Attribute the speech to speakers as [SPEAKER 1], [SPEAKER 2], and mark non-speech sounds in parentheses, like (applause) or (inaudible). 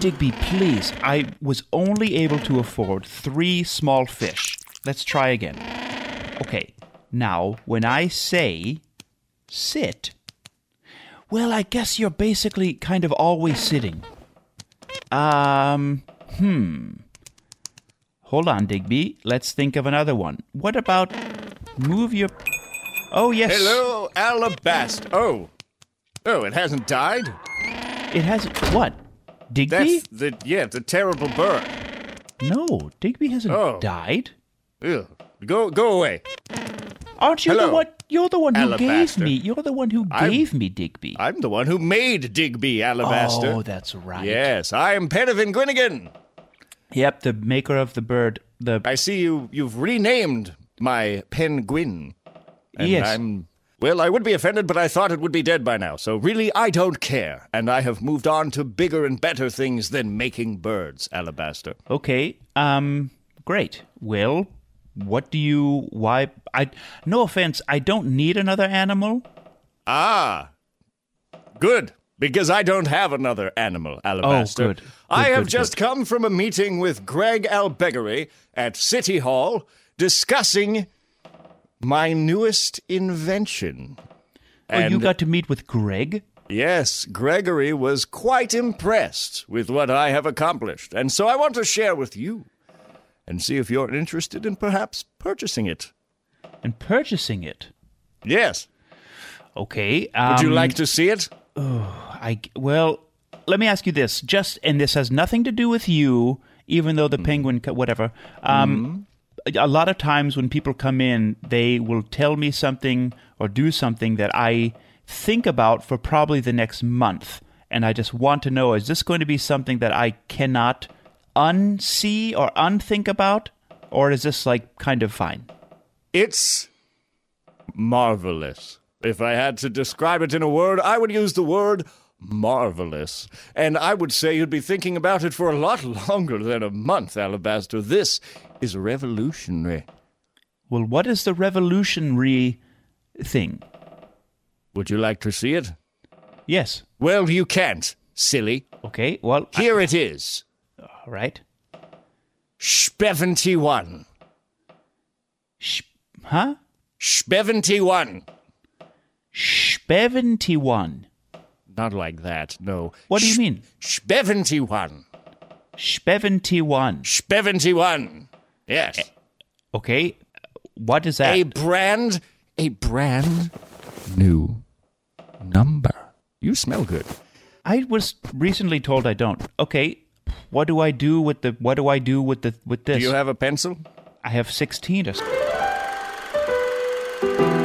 [SPEAKER 1] Digby, please. I was only able to afford three small fish. Let's try again. Okay, now when I say sit, well, I guess you're basically kind of always sitting. Um, hmm. Hold on, Digby. Let's think of another one. What about move your. Oh, yes.
[SPEAKER 2] Hello, Alabast. Oh. Oh, it hasn't died?
[SPEAKER 1] It has. What? Digby?
[SPEAKER 2] That's the, yeah, the terrible bird.
[SPEAKER 1] No, Digby hasn't
[SPEAKER 2] Oh.
[SPEAKER 1] died.
[SPEAKER 2] Ew. Go, go away.
[SPEAKER 1] Aren't you the
[SPEAKER 2] Hello,
[SPEAKER 1] one? You're the one who gave
[SPEAKER 2] Alabaster.
[SPEAKER 1] me. You're the one who
[SPEAKER 2] I'm-
[SPEAKER 1] gave me Digby.
[SPEAKER 2] I'm the one who made Digby Alabaster.
[SPEAKER 1] Oh, that's right.
[SPEAKER 2] Yes, I am Penavin Gwinnigan.
[SPEAKER 1] Yep, the maker of the bird. The
[SPEAKER 2] I see you, you've renamed my penguin. And
[SPEAKER 1] yes.
[SPEAKER 2] I'm, well, I would be offended, but I thought it would be dead by now. So really, I don't care. And I have moved on to bigger and better things than making birds, Alabaster.
[SPEAKER 1] Okay. Um. Great. Well, what do you? Why? I. No offense. I don't need another animal.
[SPEAKER 2] Ah, good. Because I don't have another animal, Alabaster.
[SPEAKER 1] Oh, good. Good,
[SPEAKER 2] I have
[SPEAKER 1] good,
[SPEAKER 2] just come from a meeting with Greg Albegory at City Hall discussing my newest invention.
[SPEAKER 1] Oh, you got to meet with Greg.
[SPEAKER 2] Yes, Gregory was quite impressed with what I have accomplished, and so I want to share with you and see if you're interested in perhaps purchasing it.
[SPEAKER 1] and purchasing it.
[SPEAKER 2] Yes.
[SPEAKER 1] Okay.
[SPEAKER 2] Would
[SPEAKER 1] Um,
[SPEAKER 2] you like to see it?
[SPEAKER 1] I well, let me ask you this. Just and this has nothing to do with you, even though the penguin, co- whatever. Um, A a lot of times when people come in, they will tell me something or do something that I think about for probably the next month, and I just want to know: is this going to be something that I cannot unsee or unthink about, or is this like kind of fine?
[SPEAKER 2] It's marvelous. If I had to describe it in a word, I would use the word marvelous. And I would say you'd be thinking about it for a lot (laughs) longer than a month, Alabaster. This is revolutionary.
[SPEAKER 1] Well, what is the revolutionary thing?
[SPEAKER 2] Would you like to see it?
[SPEAKER 1] Yes.
[SPEAKER 2] Well, you can't, silly.
[SPEAKER 1] Okay. Well, I-
[SPEAKER 2] Here it is.
[SPEAKER 1] all right.
[SPEAKER 2] Speventy-one.
[SPEAKER 1] Sh- huh?
[SPEAKER 2] Speventy-one.
[SPEAKER 1] Speventy-one.
[SPEAKER 2] Not like that, no.
[SPEAKER 1] What do you mean?
[SPEAKER 2] Speventy-one.
[SPEAKER 1] Speventy-one.
[SPEAKER 2] Speventy-one. Yes.
[SPEAKER 1] Okay. What is that?
[SPEAKER 2] a brand a brand new number you smell good
[SPEAKER 1] I was recently told I don't. Okay. What do I do with the? What do I do with the? With this?
[SPEAKER 2] have a pencil
[SPEAKER 1] I have sixteen. Or s-